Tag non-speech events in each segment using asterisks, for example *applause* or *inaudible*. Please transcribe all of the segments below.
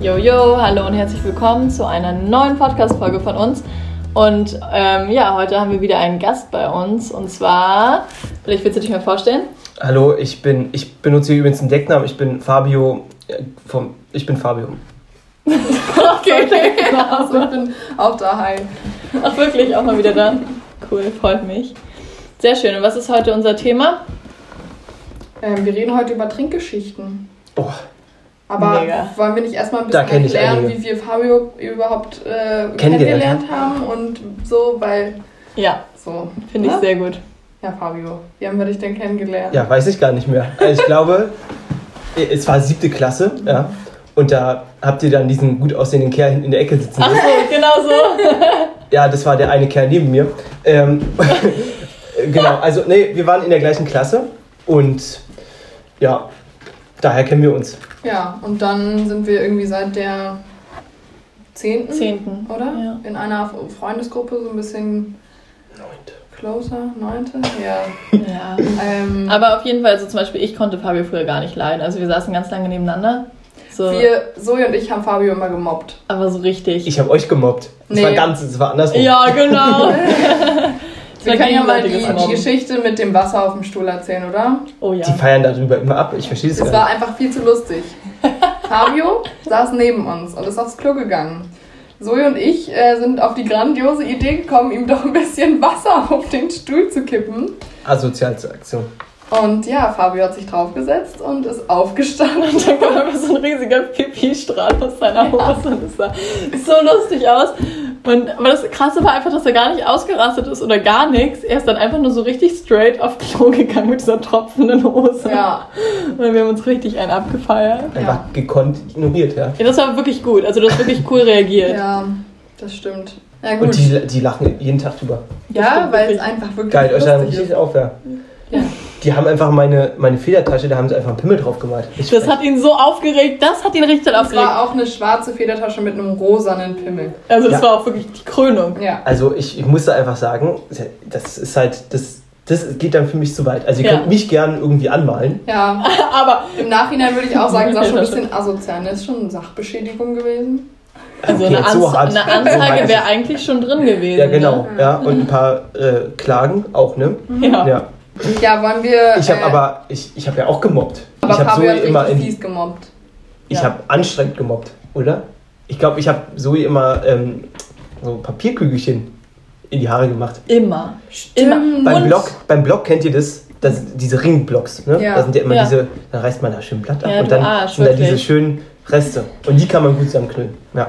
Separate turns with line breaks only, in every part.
Yo, yo, hallo und herzlich willkommen zu einer neuen Podcast-Folge von uns. Und ähm, ja, heute haben wir wieder einen Gast bei uns und zwar, vielleicht willst du dich mal vorstellen. *laughs*
Hallo, ich bin, ich benutze hier übrigens den Decknamen, ich bin Fabio äh, vom, ich bin Fabio.
Okay,
*laughs*
Genau.
Also ich bin auch da, hi.
Ach, wirklich, auch mal wieder da. Cool, freut mich. Sehr schön. Und was ist heute unser Thema?
Ähm, wir reden heute über Trinkgeschichten.
Boah,
Aber
Mega.
wollen wir nicht erstmal ein
Da
bisschen
kenn ich
erklären,
einige.
wie wir Fabio überhaupt äh,
Kennengelernt.
kennengelernt haben und so, weil
Ja,
so.
finde ich
ne?
sehr gut.
Ja, Fabio, wie haben wir dich denn kennengelernt?
ja, weiß ich gar nicht mehr. Also ich glaube, *laughs* es war siebte Klasse, ja. Und da habt ihr dann diesen gut aussehenden Kerl hinten in der Ecke sitzen.
Ach
Ah.
sehen.
*laughs* so, genau so.
Ja, das war der eine Kerl neben mir.
*laughs*
Ähm, *laughs* genau, also nee, wir waren in der gleichen Klasse und ja, daher kennen wir uns.
Ja, und dann sind wir irgendwie seit der 10.
Zehnten.
oder?
Ja.
In einer Freundesgruppe so ein bisschen closer, 9.
*laughs*
Ja.
Ja.
ähm,
Aber auf jeden Fall, also zum Beispiel, ich konnte Fabio früher gar nicht leiden. Also wir saßen ganz lange nebeneinander. So,
wir, Zoe und ich haben Fabio immer gemobbt.
aber so richtig.
Ich habe euch gemobbt. Es
Nee.
war ganz, es war andersrum.
ja, genau.
*laughs*
Es war
Wir können ja mal die,
gegenseitiges
die
Mobben.
Geschichte mit dem Wasser auf dem Stuhl erzählen, oder?
Oh ja.
Die feiern darüber immer ab. Ich verstehe das
Es
gar
war einfach viel zu lustig. Fabio saß neben uns und ist aufs Klo gegangen. Zoe und ich äh, sind auf die grandiose Idee gekommen, ihm doch ein bisschen Wasser *laughs* auf den Stuhl zu kippen.
nicht. Asozial zur Aktion.
Und ja, Fabio hat sich draufgesetzt und ist aufgestanden.
*laughs* Und dann kam einfach so ein riesiger Pipi-Strahl aus seiner Hose und es sah so lustig aus. Und, aber das Krasse war einfach, dass er gar nicht ausgerastet ist oder gar nichts. Er ist dann einfach nur so richtig straight auf Klo gegangen mit dieser tropfenden Hose.
Ja,
Und wir haben uns richtig einen abgefeiert.
Einfach
Ja.
gekonnt ignoriert, ja.
Ja, das war wirklich gut. Also du hast wirklich cool reagiert.
ja, das stimmt. Ja,
Und
gut.
die, die lachen jeden Tag drüber.
Ja,
stimmt
weil es
wirklich.
einfach wirklich
Geil, euch dann
lustig
richtig
ist.
auf, ja.
Ja.
Die haben einfach meine, meine Federtasche, da haben sie einfach einen Pimmel drauf gemalt. Ich
Das hat ihn so aufgeregt. Das hat ihn richtig
Es war
aufgeregt.
auch eine schwarze Federtasche mit einem rosanen Pimmel.
Also das
Ja.
war auch wirklich die Krönung.
Ja.
also ich, ich musste einfach sagen, das ist halt, das, das geht dann für mich zu weit. Also ihr
Ja.
könnt mich gerne irgendwie anmalen.
Ja,
Aber,
im Nachhinein würde ich auch sagen, es war schon ein bisschen asozial. ne? ist schon eine Sachbeschädigung gewesen.
also
Okay,
eine,
so
Anze
hart.
eine
So hart
Anzeige
ist
wäre
es.
eigentlich schon drin gewesen.
Ja, genau.
Mhm.
Ja, und ein paar äh, Klagen auch, ne?
Ne? Ja.
Ja.
Ja, wollen wir.
Ich habe
äh,
aber, ich, ich habe ja auch gemobbt.
Aber
ich habe
Fabio
Zoe
hat richtig
immer in,
fies gemobbt.
ich
Ja.
habe anstrengend gemobbt, oder? Ich glaube, ich habe Zoe immer ähm, so Papierkügelchen in die Haare gemacht.
Immer.
Stimmt.
Beim
Und-
Block, beim Block kennt ihr das, das sind diese Ringblocks, ne?
Mhm. Ja.
Da sind ja immer
Ja.
diese, da reißt man da schön Blatt ab
Ja,
und
du
dann
Arsch,
sind da
wirklich.
diese schönen Reste. Und die kann man gut zusammenknüllen. Ja.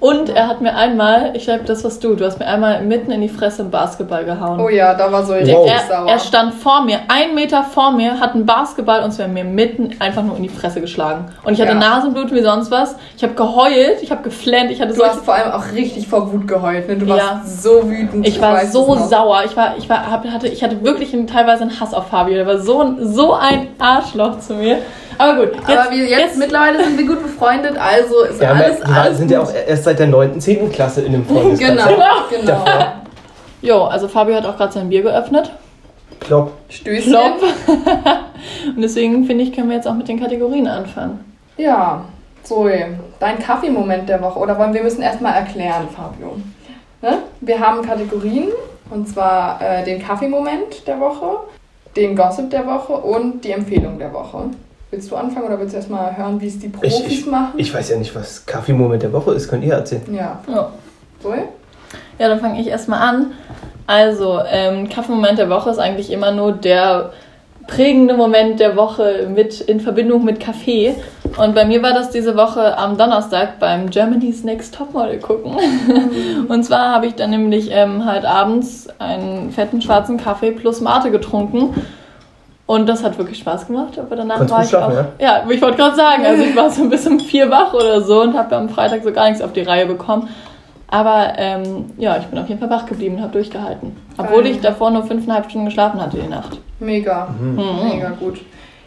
Und er hat mir einmal, ich glaube, das warst du, du hast mir einmal mitten in die Fresse im Basketball gehauen.
Oh ja, da war so richtig
Wow.
Er,
sauer.
er stand vor mir, einen Meter vor mir, hat einen Basketball und es wäre mir mitten einfach nur in die Fresse geschlagen. Und ich hatte
Ja.
Nasenblut wie sonst was. Ich habe geheult, ich habe geflennt, ich hatte
du
so.
hast vor allem auch richtig vor Wut geheult. Ne? Du warst
Ja.
so wütend.
Ich war
weiß
so
es noch.
sauer. Ich war, ich war, hab, hatte, ich hatte wirklich einen, teilweise einen Hass auf Fabio. Der war so, so ein Arschloch zu mir. Aber gut, jetzt,
Aber wir jetzt, mittlerweile sind wir gut befreundet, also ist
Wir haben
alles,
ja, wir
alles
sind
gut.
ja auch erst seit der 9., 10. Klasse
*laughs*
in dem Freundeskreis.
Genau,
*laughs*
genau.
Jo, also Fabio hat auch gerade sein Bier geöffnet.
Klopp.
Stößchen.
Klopp. *laughs* und deswegen finde ich, können wir jetzt auch mit den Kategorien anfangen.
Ja, Zoe, dein Kaffeemoment der Woche. Oder wollen wir müssen erstmal erklären, Fabio. Ne? Wir haben Kategorien, und zwar äh, den Kaffeemoment der Woche, den Gossip der Woche und die Empfehlung der Woche. Willst du anfangen oder willst du erstmal hören, wie es die Profis
Ich, ich,
machen?
ich weiß ja nicht, was Kaffeemoment der Woche ist, könnt ihr erzählen.
ja,
Ja.
Zoe?
Ja, dann fange ich erstmal an. Also, ähm, Kaffeemoment der Woche ist eigentlich immer nur der prägende Moment der Woche mit, in Verbindung mit Kaffee. Und bei mir war das diese Woche am Donnerstag beim Germany's Next Topmodel gucken.
Mhm.
*laughs* Und zwar habe ich dann nämlich ähm, halt abends einen fetten schwarzen Kaffee plus Mate getrunken. Und das hat wirklich Spaß gemacht, aber danach
Konntest
war
gut
ich auch.
schlafen,
Ja, ich wollte gerade sagen, also ich war so bis
*laughs*
um vier wach oder so und habe am Freitag so gar nichts auf die Reihe bekommen. Aber ähm, ja, ich bin auf jeden Fall wach geblieben und habe durchgehalten. Obwohl
Geil.
ich davor nur fünfeinhalb Stunden geschlafen hatte die Nacht.
Mega,
Mhm.
mega gut.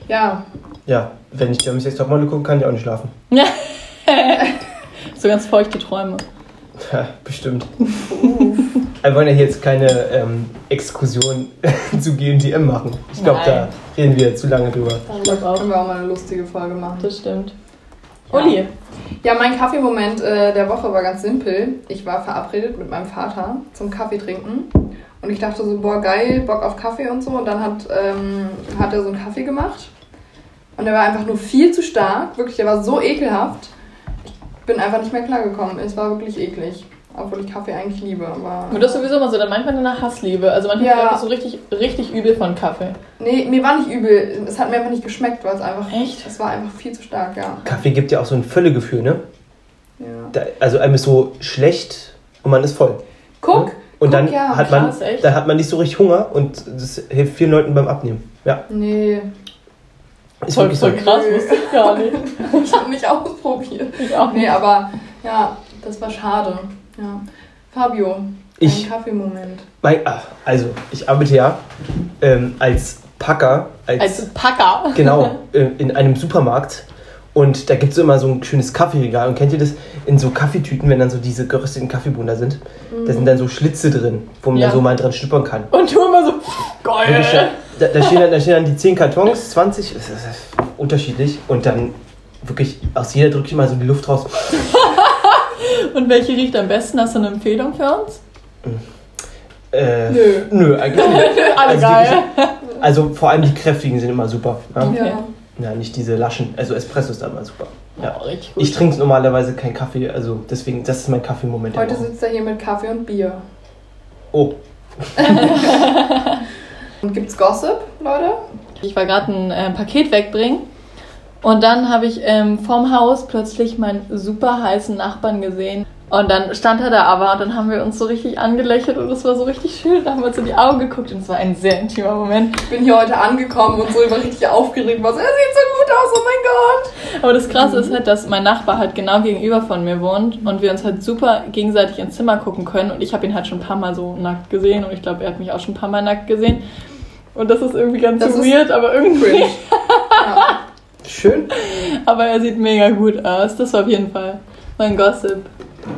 Ja,
Ja, wenn ich Germany's Next Topmodel gucke, kann ich auch nicht schlafen.
So ganz feuchte Träume.
Ja, bestimmt. Wir wollen ja hier jetzt keine ähm, Exkursion *laughs* zu GNTM machen. Ich glaube, da
Nein.
reden wir zu lange drüber.
Ich
da
glaube auch.
können wir auch mal eine lustige Folge machen.
Das stimmt.
Ja.
Uli,
Ja, mein Kaffeemoment äh, der Woche war ganz simpel. Ich war verabredet mit meinem Vater zum Kaffee trinken. Und ich dachte so, boah, geil, Bock auf Kaffee und so. Und dann hat, ähm, hat er so einen Kaffee gemacht. Und der war einfach nur viel zu stark. Wirklich, der war so ekelhaft. Ich bin einfach nicht mehr klargekommen. Es war wirklich eklig. Obwohl ich Kaffee eigentlich liebe. Aber
Und das ist sowieso immer so, dann manchmal eine Hassliebe. Also manchmal
Ja.
ja. so richtig, richtig übel von Kaffee.
nee, mir war nicht übel. Es hat mir einfach nicht geschmeckt, weil es einfach.
Echt?
Es war einfach viel zu stark, ja.
Kaffee gibt ja auch so ein Völlegefühl, ne?
ja.
Da, also einem ist so schlecht und man ist voll.
Guck!
Und dann,
guck, ja,
hat man,
krass, echt.
dann hat man nicht so richtig Hunger und das hilft vielen Leuten beim Abnehmen. Ja,
Nee,
ist
voll,
wirklich
voll
so.
krass, wusste ich gar nicht.
ich habe nicht ausprobiert.
Ich auch
Nee,
nicht.
aber ja, das war schade. Ja. Fabio,
Ich-
ein Kaffeemoment.
Mein, ach, also, ich arbeite ja ähm, als Packer, als,
Als Packer.
genau, äh, in einem Supermarkt. Und da gibt es immer so ein schönes Kaffeeregal. Und kennt ihr das in so Kaffeetüten, wenn dann so diese gerösteten Kaffeebohnen da sind? Da sind dann so Schlitze drin, wo man
Ja.
dann so mal dran schnuppern kann.
Und du immer so,
Und Da,
geil.
da, da, stehen dann, da stehen dann die 10 Kartons, 20, das ist unterschiedlich. Und dann wirklich aus jeder drückt mal so die Luft raus.
Und welche riecht am besten? Hast du eine Empfehlung für uns? *laughs*
Äh,
Nö.
Nö, eigentlich nicht.
Alle
Also die
geil.
Also vor allem die kräftigen sind immer super. Ja?
Okay.
Ja.
ja, nicht diese Laschen. Also Espresso ist dann mal super.
Ja, Oh, richtig gut.
Ich trinke normalerweise keinen Kaffee, also deswegen, das ist mein Kaffeemoment. der
Heute
Woche.
sitzt er hier mit Kaffee und Bier.
oh,
Und gibt's Gossip, Leute?
Ich war gerade ein äh, Paket wegbringen und dann habe ich ähm, vorm Haus plötzlich meinen super heißen Nachbarn gesehen. Und dann stand er da aber und dann haben wir uns so richtig angelächelt und es war so richtig schön. Da haben wir uns in die Augen geguckt und es war ein sehr intimer Moment.
Ich bin hier heute angekommen und so immer richtig aufgeregt. Was? Er sieht so gut aus, oh mein Gott!
Aber das Krasse
Mhm.
ist halt, dass mein Nachbar halt genau gegenüber von mir wohnt und wir uns halt super gegenseitig ins Zimmer gucken können. Und ich habe ihn halt schon ein paar Mal so nackt gesehen und ich glaube, er hat mich auch schon ein paar Mal nackt gesehen. Und das ist irgendwie ganz
Das ist
weird, aber irgendwie.
Cringe. ja.
schön.
Aber er sieht mega gut aus. Das war auf jeden Fall mein Gossip.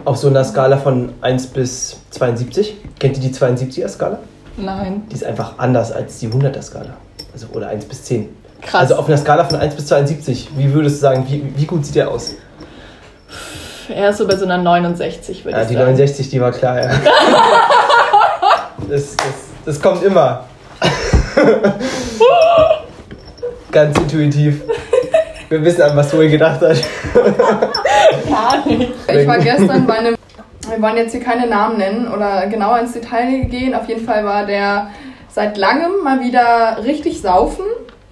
Auf so einer Skala von 1 bis 72. Kennt ihr die 72er-Skala?
Nein.
Die ist einfach anders als die 100er-Skala. Also, oder 1 bis 10.
Krass.
Also auf einer Skala von 1 bis 72, wie würdest du sagen, wie, wie gut sieht der aus?
er ist so bei so einer 69, würde
Ja,
ich
die
sagen.
69, die war klar,
*laughs*
ja. das, das, das
*laughs*
kommt immer. Ganz intuitiv. Wir wissen an, was Zoe gedacht hat.
Gar nicht.
Ich war gestern bei einem. Wir wollen jetzt hier keine Namen nennen oder genauer ins Detail gehen. Auf jeden Fall war der seit langem mal wieder richtig saufen.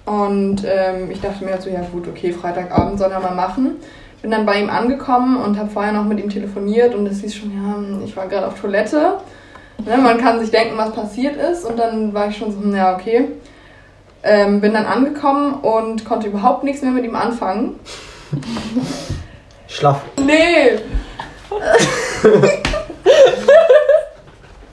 Und ähm, ich dachte mir halt so, ja gut, okay, Freitagabend soll er mal machen. Bin dann bei ihm angekommen und habe vorher noch mit ihm telefoniert und es hieß schon, ja, hm, ich war gerade auf Toilette. Ne, man kann sich denken, was passiert ist. Und dann war ich schon so, hm, ja, okay. Ähm, bin dann angekommen und konnte überhaupt nichts mehr mit ihm anfangen.
Schlaff.
Nee!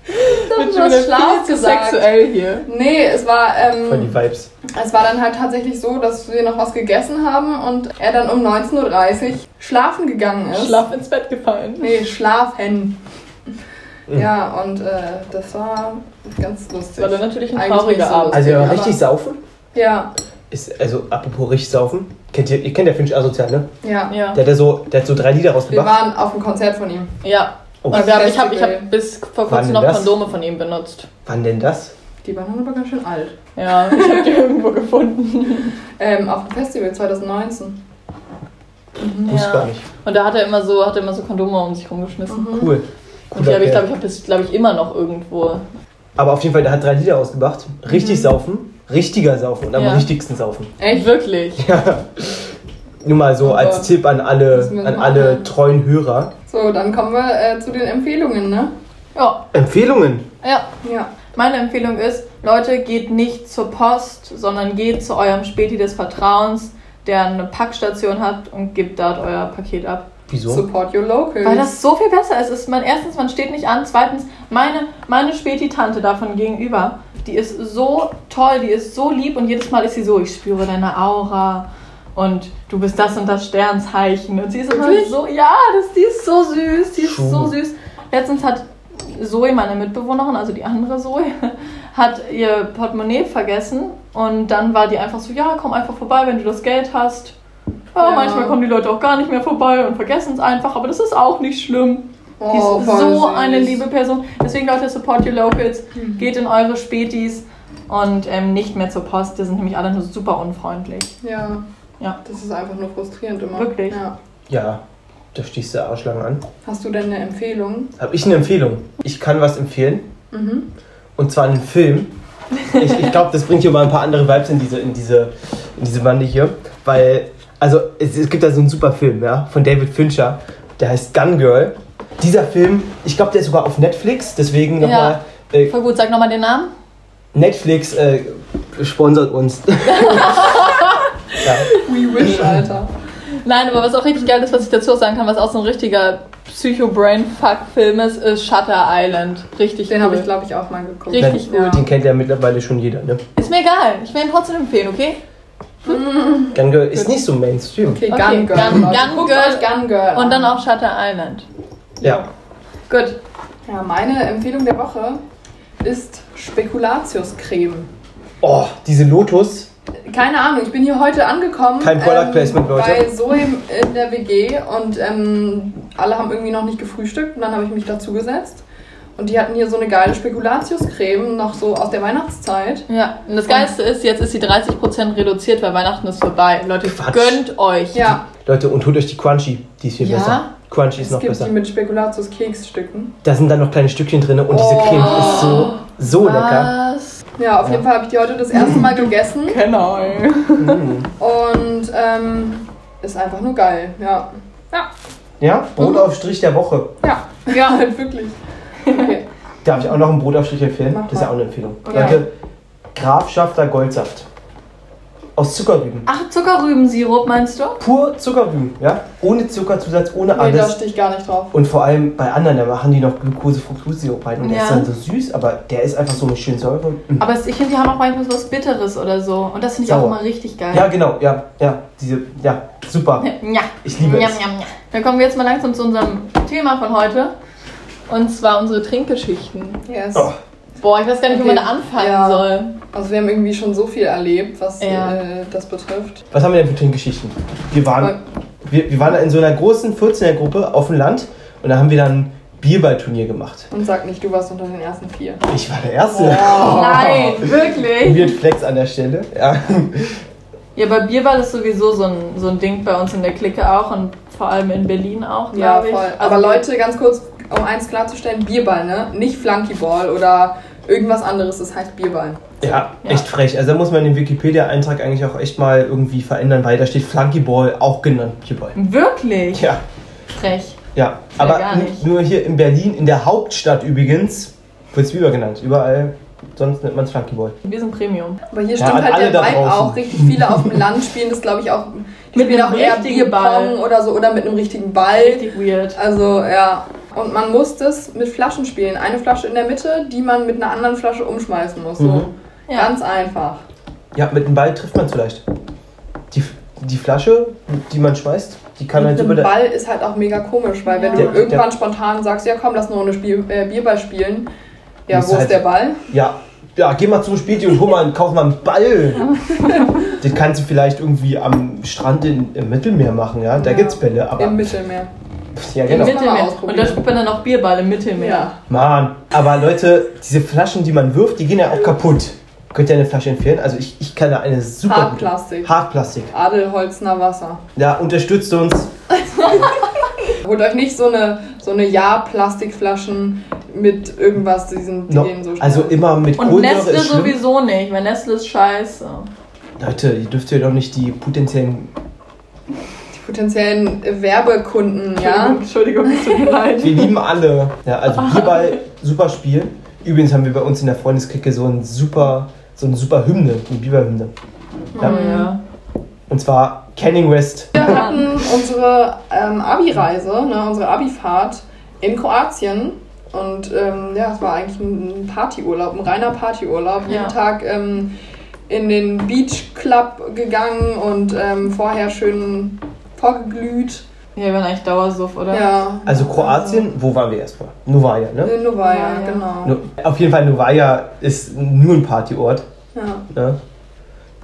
Wird
schon wieder viel zu
sexuell hier.
Nee, es war. Ähm,
Mhm.
Voll die Vibes.
Es war dann halt tatsächlich so, dass wir noch was gegessen haben und er dann um 19.30 Uhr schlafen gegangen ist.
Schlaf ins Bett gefallen.
Nee, schlafen.
Mhm.
Ja, und äh, das war ganz lustig.
War dann natürlich ein
Eigentlich nicht
trauriger
so
Abend.
Also
aber-
richtig saufen?
Ja, Ist
Ist, also apropos richtig saufen. Kennt ihr, ihr kennt ja Finch Asozial, ne?
ja.
Ja.
Der hat ja so, der hat so drei Lieder
Wir
rausgebracht.
waren auf dem Konzert von ihm.
Ja.
Oh,
Und wir haben, ich habe ich
Festival.
hab bis vor
Wann denn
kurzem noch
das?
Kondome von ihm benutzt.
wann denn das?
Die waren dann aber ganz schön alt.
Ja, ich habe die *laughs* irgendwo gefunden.
Ähm, auf dem Festival 2019.
Wusste
Ja.
gar nicht.
Und da hat er immer so, hat er immer so Kondome um sich
Mhm.
rumgeschmissen.
Cool.
Und die
Cooler
habe ich,
Kerl.
glaube ich, hab bis, glaub ich, immer noch irgendwo.
Aber auf jeden Fall, der hat drei Lieder rausgebracht. Richtig saufen, richtiger saufen und am
Mhm. Ja.
richtigsten saufen.
Echt? Wirklich.
Nur mal so
Oh
Aber
als Tipp an alle,
müssen wir
an
mal
alle
anhören.
treuen Hörer.
So, dann kommen wir äh, zu den Empfehlungen, ne?
Ja.
Empfehlungen.
Ja.
Ja.
Meine Empfehlung ist, Leute, geht nicht zur Post, sondern geht zu eurem Späti des Vertrauens, der eine Packstation hat und gebt dort euer Paket ab.
Wieso?
Support your locals.
Weil das so viel besser ist. Es ist man, erstens, man steht nicht an. Zweitens, meine, meine Späti-Tante davon gegenüber, die ist so toll, die ist so lieb und jedes Mal ist sie so, ich spüre deine Aura und du bist das und das Sternzeichen. Und sie ist immer
Wirklich?
so, ja, das, die ist so süß, die ist
Schuh.
so süß. Letztens hat Zoe, meine Mitbewohnerin, also die andere Zoe, hat ihr Portemonnaie vergessen und dann war die einfach so, ja, komm einfach vorbei, wenn du das Geld hast. Ja,
Ja.
Manchmal kommen die Leute auch gar nicht mehr vorbei und vergessen es einfach, aber das ist auch nicht schlimm. Die
Oh,
ist
voll
so
süß.
eine liebe Person. Deswegen Leute, support your locals, geht in eure Spätis und ähm, nicht mehr zur Post. Die sind nämlich alle nur super unfreundlich.
Ja.
Ja.
Das ist einfach nur frustrierend immer.
Wirklich?
Ja.
Ja, da stieß der Arschlange an.
Hast du denn eine Empfehlung?
Habe ich eine Empfehlung? Ich kann was empfehlen.
Mhm.
Und zwar einen Film. Ich, ich glaube, das bringt hier mal ein paar andere Vibes in diese, in diese, in diese Bande hier. Weil, also, es, es gibt da so einen super Film, ja, von David Fincher. Der heißt Gun Girl. Dieser Film, ich glaube, der ist sogar auf Netflix. Deswegen nochmal, äh,
Voll gut, sag nochmal den Namen.
Netflix äh, sponsert uns. *laughs* ja.
We wish, Alter.
Nein, aber was auch richtig geil ist, was ich dazu auch sagen kann, was auch so ein richtiger Psycho-Brain-Fuck-Film ist, ist Shutter Island. Richtig
Den
cool.
habe ich, glaube ich, auch mal geguckt.
Richtig.
Ja.
Den kennt ja mittlerweile schon jeder, ne?
Ist mir egal, ich werde ihn trotzdem empfehlen, okay?
Gun Girl ist nicht so Mainstream.
Okay,
Okay,
Gun Girl.
Gun-
Leute.
Gun
Guckt
Girl.
euch Gun Girl.
Und dann
an.
auch Shutter Island.
Ja.
Gut.
Ja, meine Empfehlung der Woche ist Spekulatius-Creme.
Oh, diese Lotus.
Keine Ahnung, ich bin hier heute angekommen. ähm,
Kein Product Placement, Leute.
Bei Zoe in der WG und ähm, alle haben irgendwie noch nicht gefrühstückt und dann habe ich mich dazugesetzt. Und die hatten hier so eine geile Spekulatius-Creme, noch so aus der Weihnachtszeit.
Ja, und das Geilste ist, jetzt ist sie 30% reduziert, weil Weihnachten ist vorbei. Leute,
Quatsch.
gönnt euch.
Ja,
Leute, und holt euch die Crunchy. Die ist viel
Ja?
besser. Crunchy ist
es
noch
gibt
besser.
die mit Spekulatius-Keksstücken.
Da sind dann noch kleine Stückchen drin und diese
Oh. Ah.
Creme ist so, so lecker.
Was?
Ja, auf
Ja.
jeden Fall habe ich die heute das erste Mal gegessen
Genau.
Mm.
und ähm, ist einfach nur geil. Ja, ja,
Ja, Brotaufstrich der Woche.
ja,
Ja.
*laughs* halt wirklich.
*laughs*
Okay.
Darf ich auch noch einen Brotaufstrich empfehlen?
Mach
Das ist ja
mal.
auch eine Empfehlung.
Ja.
Leute, Grafschafter Goldsaft. Aus Zuckerrüben.
Ach, Zuckerrübensirup meinst du?
Pur Zuckerrüben, ja? Ohne Zuckerzusatz, ohne
Nee, da
alles.
stehe ich gar nicht drauf.
Und vor allem bei anderen, da machen die noch glucose fructose rein und der
Ja.
ist dann so süß, aber der ist einfach so mit schön Säure. Mm.
Aber es- ich finde, die haben auch manchmal so was Bitteres oder so. Und das finde ich auch
Sauer.
immer richtig geil.
Ja, genau, ja, ja, diese, ja, super.
*laughs* Ja.
Ich liebe
Njam,
es.
njam, njam. Dann kommen wir jetzt mal langsam zu unserem Thema von heute. Und zwar unsere Trinkgeschichten.
Yes.
Oh,
Boah, ich weiß gar nicht, wo man
Okay.
da anfangen
Ja.
soll.
Also wir haben irgendwie schon so viel erlebt, was
Ja.
äh, das betrifft.
was haben wir denn für Trinkgeschichten? Wir waren,
Äh.
wir, wir waren in so einer großen 14er-Gruppe auf dem Land und da haben wir dann Bierballturnier gemacht.
Und sag nicht, du warst unter den ersten vier.
Ich war der Erste.
Oh.
Oh. *laughs*
Nein, wirklich.
Weird Flex an der Stelle. Ja.
Ja, bei Bierball ist sowieso so ein, so ein Ding bei uns in der Clique auch und vor allem in Berlin auch,
Ja,
glaube
voll.
ich. Also
Aber Leute, ganz kurz, um eins klarzustellen, Bierball, ne? Nicht Flunkyball oder irgendwas anderes, das heißt Bierball.
ja,
Ja.
echt frech. Also da muss man den Wikipedia-Eintrag eigentlich auch echt mal irgendwie verändern, weil da steht Flunkyball, auch genannt Bierball.
Wirklich?
Ja,
Frech.
ja.
Ja,
Aber
gar nicht.
nur hier in Berlin, in der Hauptstadt übrigens, wird es Bieber genannt. Überall sonst nennt man es Flunkyball.
Wir sind Premium.
Aber hier
Ja,
stimmt
an
halt
alle
der
da
Vibe
draußen.
auch. Richtig viele auf dem Land spielen das, glaube ich, auch. Die
Mit
spielen
einem
auch eher
richtigen Ball.
Bierpong oder so oder mit einem richtigen Ball.
Richtig weird.
Also, ja. Und man muss das mit Flaschen spielen. Eine Flasche in der Mitte, die man mit einer anderen Flasche umschmeißen muss. So.
Mhm.
Ja.
Ganz einfach.
Ja, mit dem Ball trifft man es vielleicht. Die, die Flasche, die man schmeißt, die kann halt
Mit
über
dem
der.
Ball ist halt auch mega komisch, weil wenn
Ja.
du
Der-
irgendwann
der-
spontan sagst, ja komm, lass nur eine Spiel, äh, Bierball spielen. Ja,
Ist
wo ist
halt-
der Ball?
Ja, ja, geh mal zum Spielti und hol mal, einen- kauf mal einen Ball.
*laughs*
Den kannst du vielleicht irgendwie am Strand in, im Mittelmeer machen, ja. Da
Ja.
gibt's Bälle, aber.
Im Mittelmeer.
ja,
Im
genau.
Mit- Kann man
Mittelmeer.
ausprobieren.
Und da spielt man dann auch Bierball im Mittelmeer.
Ja.
Mann, aber Leute, diese Flaschen, die man wirft, die gehen ja auch kaputt. Könnt ihr eine Flasche empfehlen? Also ich, ich kann da eine super.
Hartplastik.
Gute. Hartplastik.
Adelholzner Wasser.
Ja, unterstützt uns.
Holt euch nicht so eine, so eine Ja-Plastikflaschen mit irgendwas, die, sind, die
No,
gehen so schnell.
also immer mit
Und
Kohlensäure
Nestle
ist schlimm.
sowieso nicht, weil Nestle ist scheiße.
Leute, ihr dürft hier doch nicht die potenziellen
Die potenziellen äh, Werbekunden, ja.
Entschuldigung, Entschuldigung, es tut mir leid.
Wir lieben alle. Ja, also Bierball, super Spiel. Übrigens haben wir bei uns in der Freundesklicke so ein super, so eine super Hymne, eine Bieberhymne. Ja.
Oh, ja.
Und zwar Canning West.
Wir hatten unsere ähm, Abi-Reise, ne, unsere Abi-Fahrt in Kroatien. Und ähm, ja, es war eigentlich ein Partyurlaub, ein reiner Partyurlaub.
Ja.
Jeden Tag ähm, in den Beach Club gegangen und ähm, vorher schön vorgeglüht.
ja, wir waren eigentlich Dauersuff, oder?
Ja.
Also Kroatien, wo waren wir erstmal? Novaja, ne?
In Novaja,
Novaja.
No,
genau.
auf jeden Fall Novaja ist nur ein Partyort.
Ja.
Ne?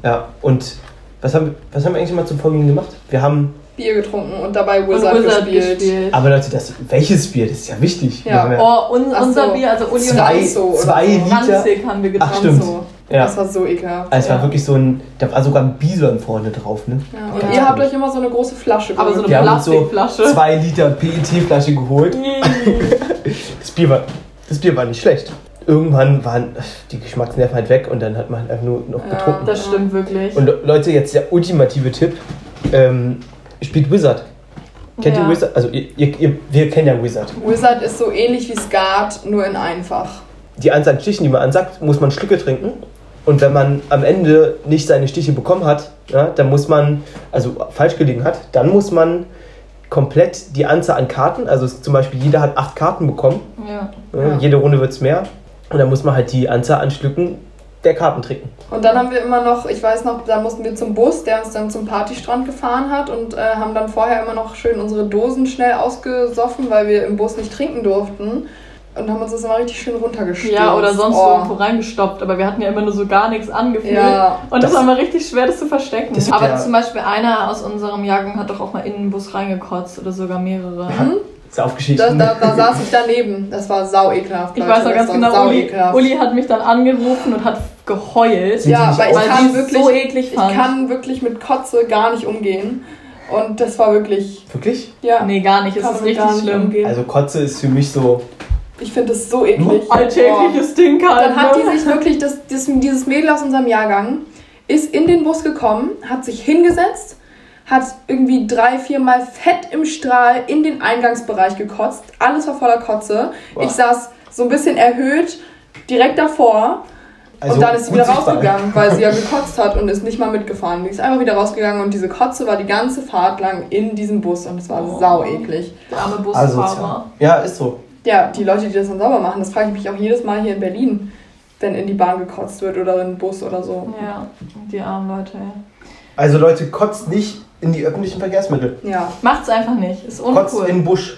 Ja, und Was haben, was haben wir eigentlich mal zum Folgenden gemacht? Wir haben.
Bier getrunken und dabei
Und
Wizard,
Wizard
gespielt.
gespielt.
Aber Leute, das, welches Bier? Das ist ja wichtig.
Ja.
Wir haben
Oh, un
Ach
unser
so.
Bier, also Uli und
zwei,
Lanzo oder
zwei
so.
Liter.
Ranzig haben wir getrunken.
Ach, stimmt.
So.
Ja.
Das war so ekelhaft.
Also es war
Ja.
wirklich so ein. Da war sogar ein Bison vorne drauf, ne?
Ja, und
Ja.
ihr habt euch immer so eine große Flasche
Aber so
geholt.
eine
Wir haben uns so
Plastikflasche.
zwei Liter PET-Flasche geholt. Das Bier, war, das Bier war nicht schlecht. Irgendwann waren die Geschmacksnerven halt weg und dann hat man halt einfach nur noch
Ja,
*laughs*
getrunken.
das stimmt wirklich.
Und Leute, jetzt der ultimative Tipp. Ähm, spielt Wizard. Kennt
Ja.
ihr Wizard? Also ihr, ihr, ihr, wir kennen ja Wizard.
Wizard ist so ähnlich wie Skat, nur in einfach.
Die Anzahl an Stichen, die man ansagt, muss man Schlücke trinken. Und wenn man am Ende nicht seine Stiche bekommen hat, ja, dann muss man, also falsch gelegen hat, dann muss man komplett die Anzahl an Karten, also es, zum Beispiel jeder hat acht Karten bekommen,
Ja.
ne,
Ja.
jede Runde wird es mehr. Und dann muss man halt die Anzahl an Schlücken der Karten trinken.
Und dann haben wir immer noch, ich weiß noch, da mussten wir zum Bus, der uns dann zum Partystrand gefahren hat und äh, haben dann vorher immer noch schön unsere Dosen schnell ausgesoffen, weil wir im Bus nicht trinken durften. Und haben uns das immer richtig schön runtergestürzt.
Ja, oder sonst
Oh.
irgendwo reingestoppt, aber wir hatten ja immer nur so gar nichts angefüllt.
Ja.
Und das,
Das-
war mal richtig schwer, das zu verstecken.
Das-
aber
ja.
zum Beispiel einer aus unserem Jahrgang hat doch auch mal in den Bus reingekotzt oder sogar mehrere.
Ist aufgeschichtet.
Da, da, da saß ich daneben. Das war sau ekelhaft.
Ich
Leute.
weiß noch
Das
ganz
war
genau, Uli,
sauekelhaft.
Uli hat mich dann angerufen und hat geheult.
Sie
Ja,
sich
aber ich
aus-
weil
kann
sie es
wirklich,
so eklig
ich
fand.
kann wirklich mit Kotze gar nicht umgehen. Und das war wirklich,
Wirklich?
ja,
Nee, gar nicht.
ich
Es
kann
ist
damit
richtig
gar nicht
schlimm.
umgehen.
Also Kotze ist für mich so.
ich finde das so eklig. Oh.
Alltägliches Ding
Boah.
halt.
Dann hat
ne?
die sich wirklich, das, das, dieses Mädel aus unserem Jahrgang ist in den Bus gekommen, hat sich hingesetzt, hat irgendwie drei, viermal fett im Strahl in den Eingangsbereich gekotzt. Alles war voller Kotze.
Boah.
Ich saß so ein bisschen erhöht direkt davor.
Also
und dann ist sie
gut
wieder
sichtbar.
rausgegangen,
*laughs*
weil sie ja gekotzt hat und ist nicht mal mitgefahren. Die ist einfach wieder rausgegangen und diese Kotze war die ganze Fahrt lang in diesem Bus und es war
Oh.
sau eklig.
Der arme Busfahrer.
Asozial. Also, Ja, ist so.
Ja, die Leute, die das dann sauber machen, das frage ich mich auch jedes Mal hier in Berlin, wenn in die Bahn gekotzt wird oder in den Bus oder so.
Ja, die armen Leute. ey.
Also Leute, kotzt nicht in die öffentlichen Verkehrsmittel.
Ja,
Macht's einfach nicht. Ist
Kotzt in
uncool.
den Busch.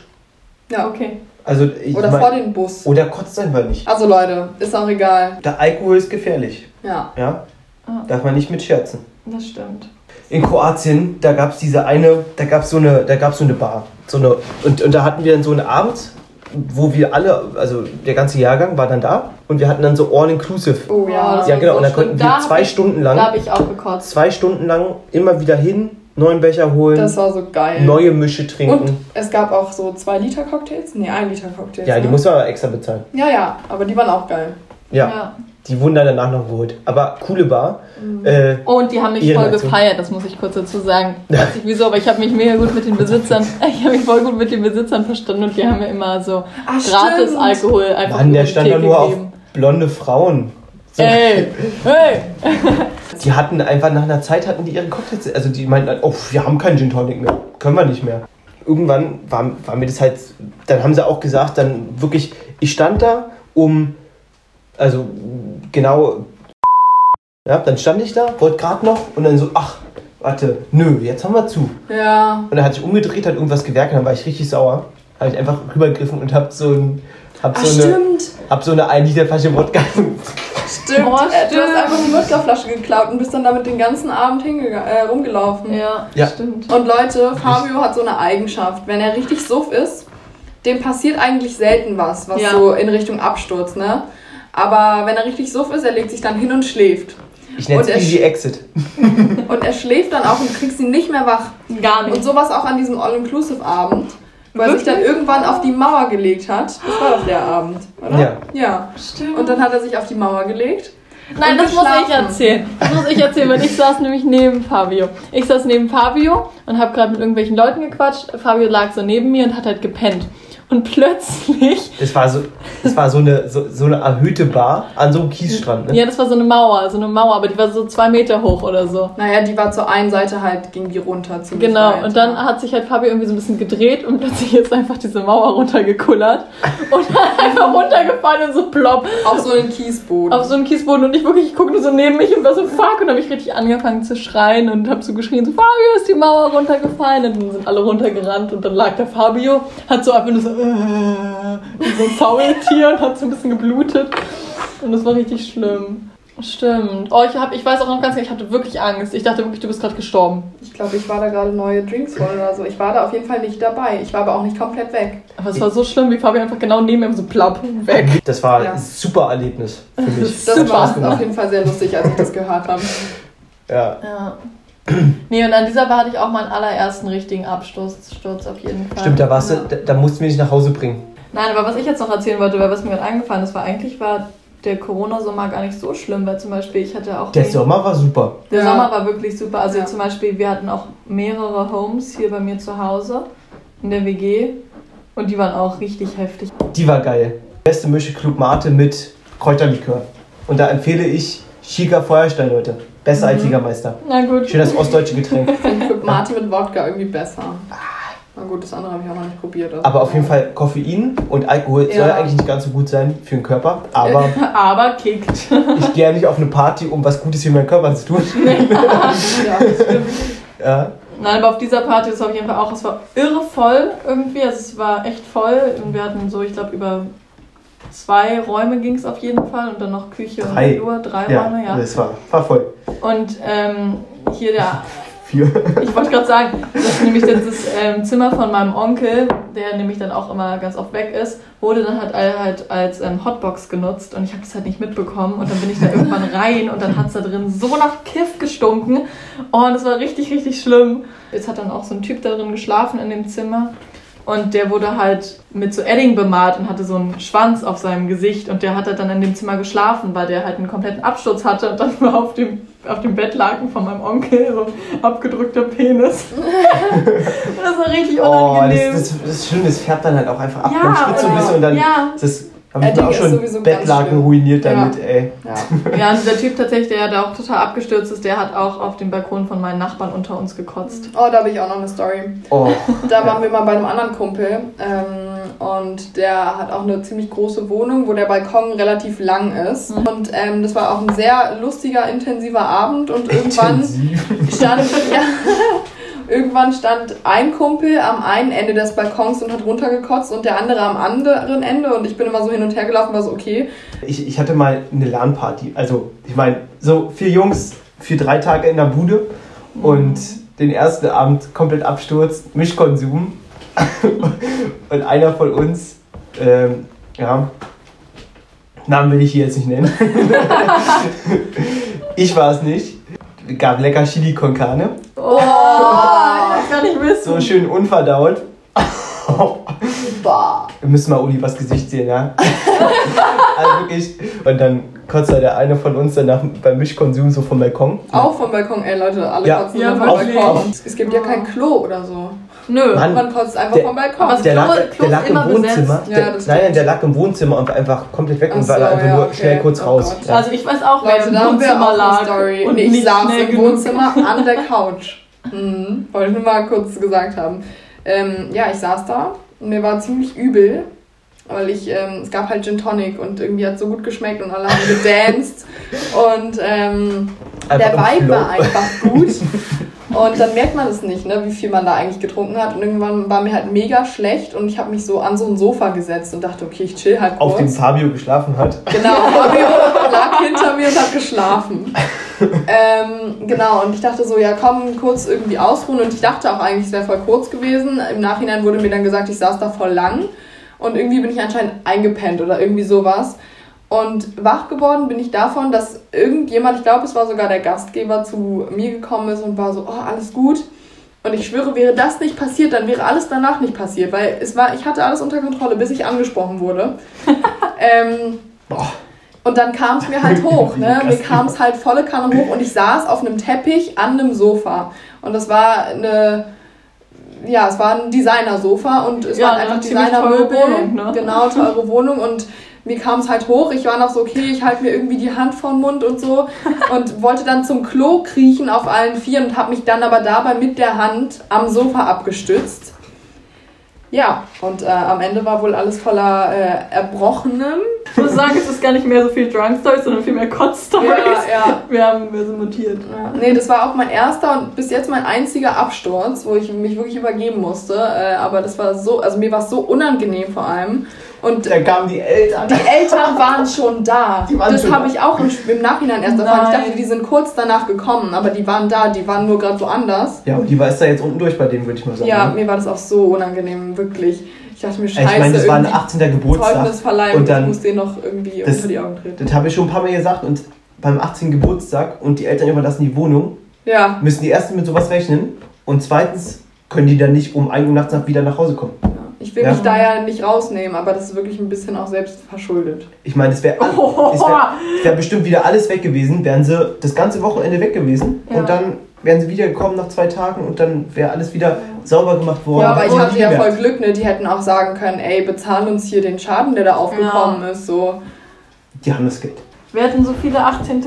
ja.
Okay.
Also ich
Oder
mein-
vor den Bus.
oder kotzt einfach nicht.
Also Leute, ist auch egal.
Der Alkohol ist gefährlich.
Ja.
Ja?
Ah.
Darf man nicht mit scherzen.
Das stimmt.
In Kroatien, da gab es diese eine, da gab so eine, da gab's so eine Bar. So eine, und, und da hatten wir dann so einen Abend, wo wir alle, also der ganze Jahrgang war dann da und wir hatten dann so all-inclusive.
Oh ja.
das
Ja
war
genau,
so
und
schlimm.
dann konnten
Da
wir
hab
zwei
ich-
Stunden
Da
lang,
habe ich auch gekotzt.
zwei Stunden lang immer wieder hin, neuen Becher holen,
Das war so geil.
neue Mische trinken.
und es gab auch so 2 Liter Cocktails? Nee, 1 Liter Cocktails.
Ja, die
ne?
muss man aber extra bezahlen.
Ja, ja, aber die waren auch geil.
Ja, die wurden dann danach noch geholt. Aber coole Bar. Äh,
Oh, und die haben mich voll
Ehrenaktion.
gefeiert, das muss ich kurz dazu sagen.
*laughs*
Ich weiß nicht wieso, aber ich habe mich mega gut mit den Besitzern, *laughs* ich habe mich voll gut mit den Besitzern verstanden und die haben mir immer so
Ach,
gratis Alkohol einfach
Mann, der
über die
stand da
Theke
nur auf
gegeben.
blonde Frauen. So.
Ey, hey!
Die hatten einfach nach einer Zeit hatten die ihren Cocktails, also die meinten, dann, oh, wir haben keinen Gin Tonic mehr, können wir nicht mehr. Irgendwann war, war mir das halt, dann haben sie auch gesagt, dann wirklich, ich stand da um, also genau, ja, dann stand ich da, wollte gerade noch und dann so, ach, warte, nö, jetzt haben wir zu.
Ja.
Und dann hat sich umgedreht, hat irgendwas gewerkt und dann war ich richtig sauer. Habe ich einfach rübergegriffen und hab so ein, hab
Ach,
so ne. eine,
Ah, stimmt.
hab so eine 1 Liter Flasche Wodka.
Stimmt.
Oh,
Äh, Du
stimmt.
hast einfach die Wodkaflasche geklaut und bist dann damit den ganzen Abend hingega- äh, rumgelaufen.
Ja,
Ja.
stimmt.
Und Leute, Fabio hat so eine Eigenschaft. Wenn er richtig suff ist, dem passiert eigentlich selten was, was
Ja.
so in Richtung Absturz, ne? Aber wenn er richtig suff ist, er legt sich dann hin und schläft.
Ich nenne es
Und er
Easy Exit.
Und er schläft dann auch und kriegst ihn nicht mehr wach.
Gar nicht.
Und sowas auch an diesem All-Inclusive-Abend, wo er sich dann irgendwann auf die Mauer gelegt hat. Das war doch der Abend, oder?
Ja.
Ja.
stimmt.
Und dann hat er sich auf die Mauer gelegt.
Nein,
und
das muss ich
geschlafen.
erzählen. Das muss ich erzählen, weil ich saß nämlich neben Fabio. Ich saß neben Fabio und habe gerade mit irgendwelchen Leuten gequatscht. Fabio lag so neben mir und hat halt gepennt. Und
*laughs*
plötzlich
Das war so, das war so eine, so, so eine erhöhte Bar an so einem Kiesstrand. Ne?
Ja, das war so eine Mauer, so eine Mauer, aber die war so zwei Meter hoch oder so.
Naja, die war zur einen Seite halt, ging die runter. ziemlich
Genau,
weit.
und dann hat sich halt Fabio irgendwie so ein bisschen gedreht und plötzlich ist einfach diese Mauer runtergekullert und *laughs* hat einfach runtergefallen und so plopp
Auf so einen Kiesboden.
auf so einen Kiesboden und ich wirklich guckte nur so neben mich und war so fuck und habe ich richtig angefangen zu schreien und habe so geschrien, so Fabio ist die Mauer runtergefallen und dann sind alle runtergerannt und dann lag da Fabio, hat so einfach nur so, äh, wie so ein Faultier und hat so ein bisschen geblutet und das war richtig schlimm. Stimmt. Oh, ich, hab, ich weiß auch noch ganz genau, ich hatte wirklich Angst. Ich dachte wirklich, du bist gerade gestorben.
Ich glaube, ich war da gerade neue Drinks holen oder so. Ich war da auf jeden Fall nicht dabei. Ich war aber auch nicht komplett weg.
Aber es war so schlimm, wie Fabi einfach genau neben ihm so plapp weg.
Das war
Ja.
ein super Erlebnis für
*laughs*
mich.
Das
Super.
war auf jeden Fall sehr lustig, als ich das gehört habe.
Ja.
Ja. *clears throat* Nee, und an dieser Bar hatte ich auch meinen allerersten richtigen Absturz Sturz auf jeden Fall.
Stimmt, da warst
Ja.
du, da, da mussten wir dich nach Hause bringen.
Nein, aber was ich jetzt noch erzählen wollte, weil was mir gerade eingefallen ist, war eigentlich war der Corona-Sommer gar nicht so schlimm, weil zum Beispiel ich hatte auch...
Der
den-
Sommer war super.
Der
Ja.
Sommer war wirklich super. Also
Ja.
zum Beispiel, wir hatten auch mehrere Homes hier bei mir zu Hause in der WG und die waren auch richtig heftig.
Die war geil. Beste Mische Club Mate mit Kräuterlikör. Und da empfehle ich Chica Feuerstein, Leute. Besser als Jägermeister.
Na gut.
Schönes ostdeutsche
*laughs*
Getränk.
Club Mate mit Wodka irgendwie besser. Na gut, das andere habe ich auch noch nicht probiert. also-
Aber auf jeden Fall Koffein und Alkohol soll
Ja.
eigentlich nicht ganz so gut sein für den Körper. Aber
*laughs* Aber kickt.
ich gehe ja nicht auf eine Party, um was Gutes für meinen Körper zu tun.
Ja, das stimmt.
Ja.
Nein, aber auf dieser Party ist es auf jeden Fall auch, es war irre voll irgendwie. Also es war echt voll und wir hatten so, ich glaube, über zwei Räume ging es auf jeden Fall und dann noch Küche
Drei.
und Flur, drei Räume,
ja,
ja.
das war, war voll.
Und ähm, hier der *laughs*
Vier.
Ich wollte gerade sagen, das ist nämlich das ist, ähm, Zimmer von meinem Onkel, der nämlich dann auch immer ganz oft weg ist, wurde dann halt, all- halt als ähm, Hotbox genutzt und ich habe das halt nicht mitbekommen und dann bin ich da irgendwann rein und dann hat es da drin so nach Kiff gestunken und es war richtig, richtig schlimm. Jetzt hat dann auch so ein Typ da drin geschlafen in dem Zimmer und der wurde halt mit so Edding bemalt und hatte so einen Schwanz auf seinem Gesicht und der hat halt dann in dem Zimmer geschlafen, weil der halt einen kompletten Absturz hatte und dann *laughs* war auf dem, auf dem Bettlaken von meinem Onkel so ein abgedrückter Penis. das war richtig
Oh,
unangenehm.
das, das, das ist schön, das färbt dann halt auch einfach ab.
Ja,
man schwitzt so ein
oder-
bisschen und dann
ja.
das haben
Ja,
wir
Ding
auch
ist
schon
sowieso ganz
Bettlaken
schlimm.
ruiniert
Ja.
damit, ey.
Ja.
ja, und dieser Typ tatsächlich, der da auch total abgestürzt ist, der hat auch auf dem Balkon von meinen Nachbarn unter uns gekotzt.
Oh, da habe ich auch noch eine Story.
Oh,
Da waren wir mal bei einem anderen Kumpel ähm, und der hat auch eine ziemlich große Wohnung, wo der Balkon relativ lang ist.
Mhm.
Und ähm, das war auch ein sehr lustiger, intensiver Abend und irgendwann
intensiv.
stand, ja, irgendwann stand ein Kumpel am einen Ende des Balkons und hat runtergekotzt und der andere am anderen Ende und ich bin immer so hin und her gelaufen, war so okay.
Ich, ich hatte mal eine LAN-Party. Also, ich meine, so vier Jungs für drei Tage in der Bude und den ersten Abend komplett Absturz, Mischkonsum. *laughs* und einer von uns, ähm, ja, Namen will ich hier jetzt nicht nennen. *laughs* ich war es nicht. Gab lecker Chili con Carne.
Oh,
oh,
das kann ich wissen.
So schön unverdaut.
Bah.
Wir müssen mal Uli was Gesicht sehen, ja? also wirklich. Und dann kotzt da der eine von uns danach beim Mischkonsum so vom Balkon.
Auch vom Balkon, ey Leute, alle
Ja.
kotzen
Ja,
vom
wirklich.
Balkon. Es gibt ja kein Klo oder so.
Nö.
Mann.
Man kotzt einfach
Der-
vom Balkon.
Aber es-
Also Der
Klo-
lag,
Klo
der
ist
lag im
immer besetzt.
Wohnzimmer.
Ja,
der,
das
nein, nein,
stimmt.
der lag im Wohnzimmer und war einfach komplett weg
Ach
und war
so,
da einfach
ja,
nur
okay.
schnell kurz
Oh
raus.
Gott.
Ja.
Also ich weiß auch, wer
Leute,
im
da haben wir
Wohnzimmer
auch eine
lag
Story.
und
Und ich
nicht
saß
schnell
im
genug.
Wohnzimmer an der Couch. Mhm. Wollte ich nur mal kurz gesagt haben. Ähm, ja, ich saß da und mir war ziemlich übel, weil ich, ähm, es gab halt Gin Tonic und irgendwie hat so gut geschmeckt und alle haben
*laughs*
gedanced und ähm, der
Einfach im
Vibe war
Flow. *laughs*
einfach gut. Und dann merkt man es nicht, ne, wie viel man da eigentlich getrunken hat. Und irgendwann war mir halt mega schlecht und ich habe mich so an so ein Sofa gesetzt und dachte, okay, ich chill halt kurz.
Auf dem Fabio geschlafen hat.
Genau, Fabio *laughs* lag hinter mir und hat geschlafen. Ähm, genau, und ich dachte so, ja komm, kurz irgendwie ausruhen. Und ich dachte auch eigentlich, es wäre voll kurz gewesen. Im Nachhinein wurde mir dann gesagt, ich saß da voll lang. Und irgendwie bin ich anscheinend eingepennt oder irgendwie sowas. Und wach geworden bin ich davon, dass irgendjemand, ich glaube, es war sogar der Gastgeber, zu mir gekommen ist und war so, oh, alles gut. Und ich schwöre, wäre das nicht passiert, dann wäre alles danach nicht passiert, weil es war, ich hatte alles unter Kontrolle, bis ich angesprochen wurde. ähm,
Boah.
und dann kam es mir halt hoch, ne? Mir
Krass.
kam es halt volle Kanne hoch und ich saß auf einem Teppich an einem Sofa. Und das war eine, ja, es war ein Designer-Sofa und es
Ja,
waren
eine
einfach
ziemlich teure
Designer-Möbel.
Wohnung, ne? *laughs*
Genau, teure Wohnung und mir kam es halt hoch. Ich war noch so, okay, ich halte mir irgendwie die Hand vor den Mund und
*laughs*
so und wollte dann zum Klo kriechen auf allen vier und habe mich dann aber dabei mit der Hand am Sofa abgestützt. Ja, und äh, am Ende war wohl alles voller äh, Erbrochenem.
Ich muss sagen, es ist gar nicht mehr so viel Drunk Stories, sondern viel mehr Kotz Stories.
Ja, ja.
Wir haben wir sind mutiert.
Ja. Nee, das war auch mein erster und bis jetzt mein einziger Absturz, wo ich mich wirklich übergeben musste. Äh, aber das war so, also mir war es so unangenehm vor allem. Und
Da kamen die Eltern.
die Eltern waren schon da.
*laughs* Die waren
das
schon
habe
da.
ich auch im, im Nachhinein erst erfahren. Ich
Nein.
dachte, die sind kurz danach gekommen, aber die waren da, die waren nur gerade woanders.
Ja, und die war es da jetzt unten durch bei denen, würde ich mal sagen.
Ja,
ne?
mir war das auch so unangenehm, wirklich. Ich dachte mir,
Ey,
scheiße,
ich meine, das war ein
irgendwie
18. Geburtstag.
Zeugnis verleihen,
Und dann-
ich muss den noch irgendwie
Das-
unter die Augen treten.
Das habe ich schon ein paar Mal gesagt. Und beim 18. Geburtstag und die Eltern überlassen die Wohnung,
Ja,
müssen die erstens mit sowas rechnen. Und zweitens können die dann nicht um 1 Uhr nachts nach- wieder nach Hause kommen.
ich will
Ja.
mich da ja nicht rausnehmen, aber das ist wirklich ein bisschen auch selbst verschuldet.
Ich meine, es wäre
Oh.
es wär,
*laughs*
es wär bestimmt wieder alles weg gewesen, wären sie das ganze Wochenende weg gewesen
Ja.
und dann wären sie wiedergekommen nach zwei Tagen und dann wäre alles wieder sauber gemacht worden.
ja, aber ich
Und
hatte ja
wieder.
voll Glück, ne? Die hätten auch sagen können, ey, bezahl uns hier den Schaden, der da aufgekommen ist. So.
Die haben das Geld.
Wir hatten so viele 18.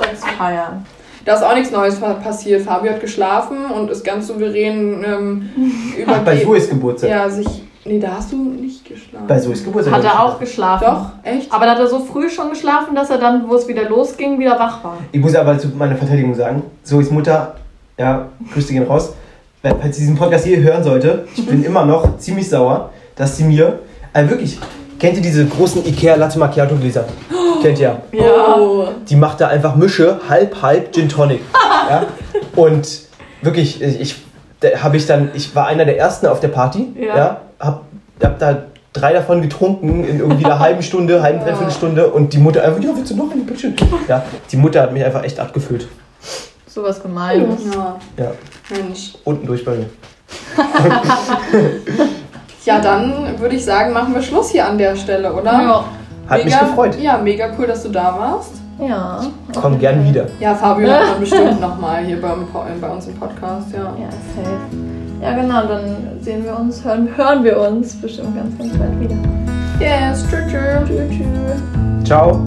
Geburtstagsfeiern.
Da ist auch nichts Neues fa- passiert. Fabio hat geschlafen und ist ganz souverän ähm,
*laughs* Ach, bei
übergeben.
Zoe's Geburtstag.
Ja, sich. Nee, da hast du nicht geschlafen.
Bei Zoe's Geburtstag.
Hat
hab ich
er auch
gedacht.
geschlafen.
Doch, echt?
Aber da hat er so früh schon geschlafen, dass er dann, wo es wieder losging, wieder wach war.
Ich muss aber zu meiner Verteidigung sagen, Zoe's Mutter, ja, Grüße gehen raus. Wenn- Falls sie diesen Podcast hier hören sollte, ich bin immer noch ziemlich sauer, dass sie mir, also wirklich, kennt ihr diese großen Ikea Latte Macchiato
*gasps*
Gläser? Kennt ihr?
Oh.
die macht da einfach Mische, halb, halb Gin Tonic. ja? Und wirklich, ich habe ich dann, ich war einer der ersten auf der Party,
Ja.
ja. hab, hab da drei davon getrunken in irgendwie einer halben Stunde, halben, dreiviertel Stunde und die Mutter einfach, ja, willst du noch eine Bitchen? Ja, die Mutter hat mich einfach echt abgefüllt.
Sowas Gemeines.
Ja,
Ja,
Mensch.
unten durch bei mir.
Ja, dann würde ich sagen, machen wir Schluss hier an der Stelle, oder?
Ja.
Hat mich
Mega-
gefreut.
Ja, mega cool, dass du da warst.
Ja.
Komm gern wieder.
Ja, Fabio hat dann bestimmt nochmal hier bei, bei uns im Podcast, ja.
Ja, safe. Ja, genau, dann sehen wir uns, hören, hören wir uns bestimmt ganz, ganz bald wieder.
Yes, tschüss. Tschüss, tschüss.
Ciao.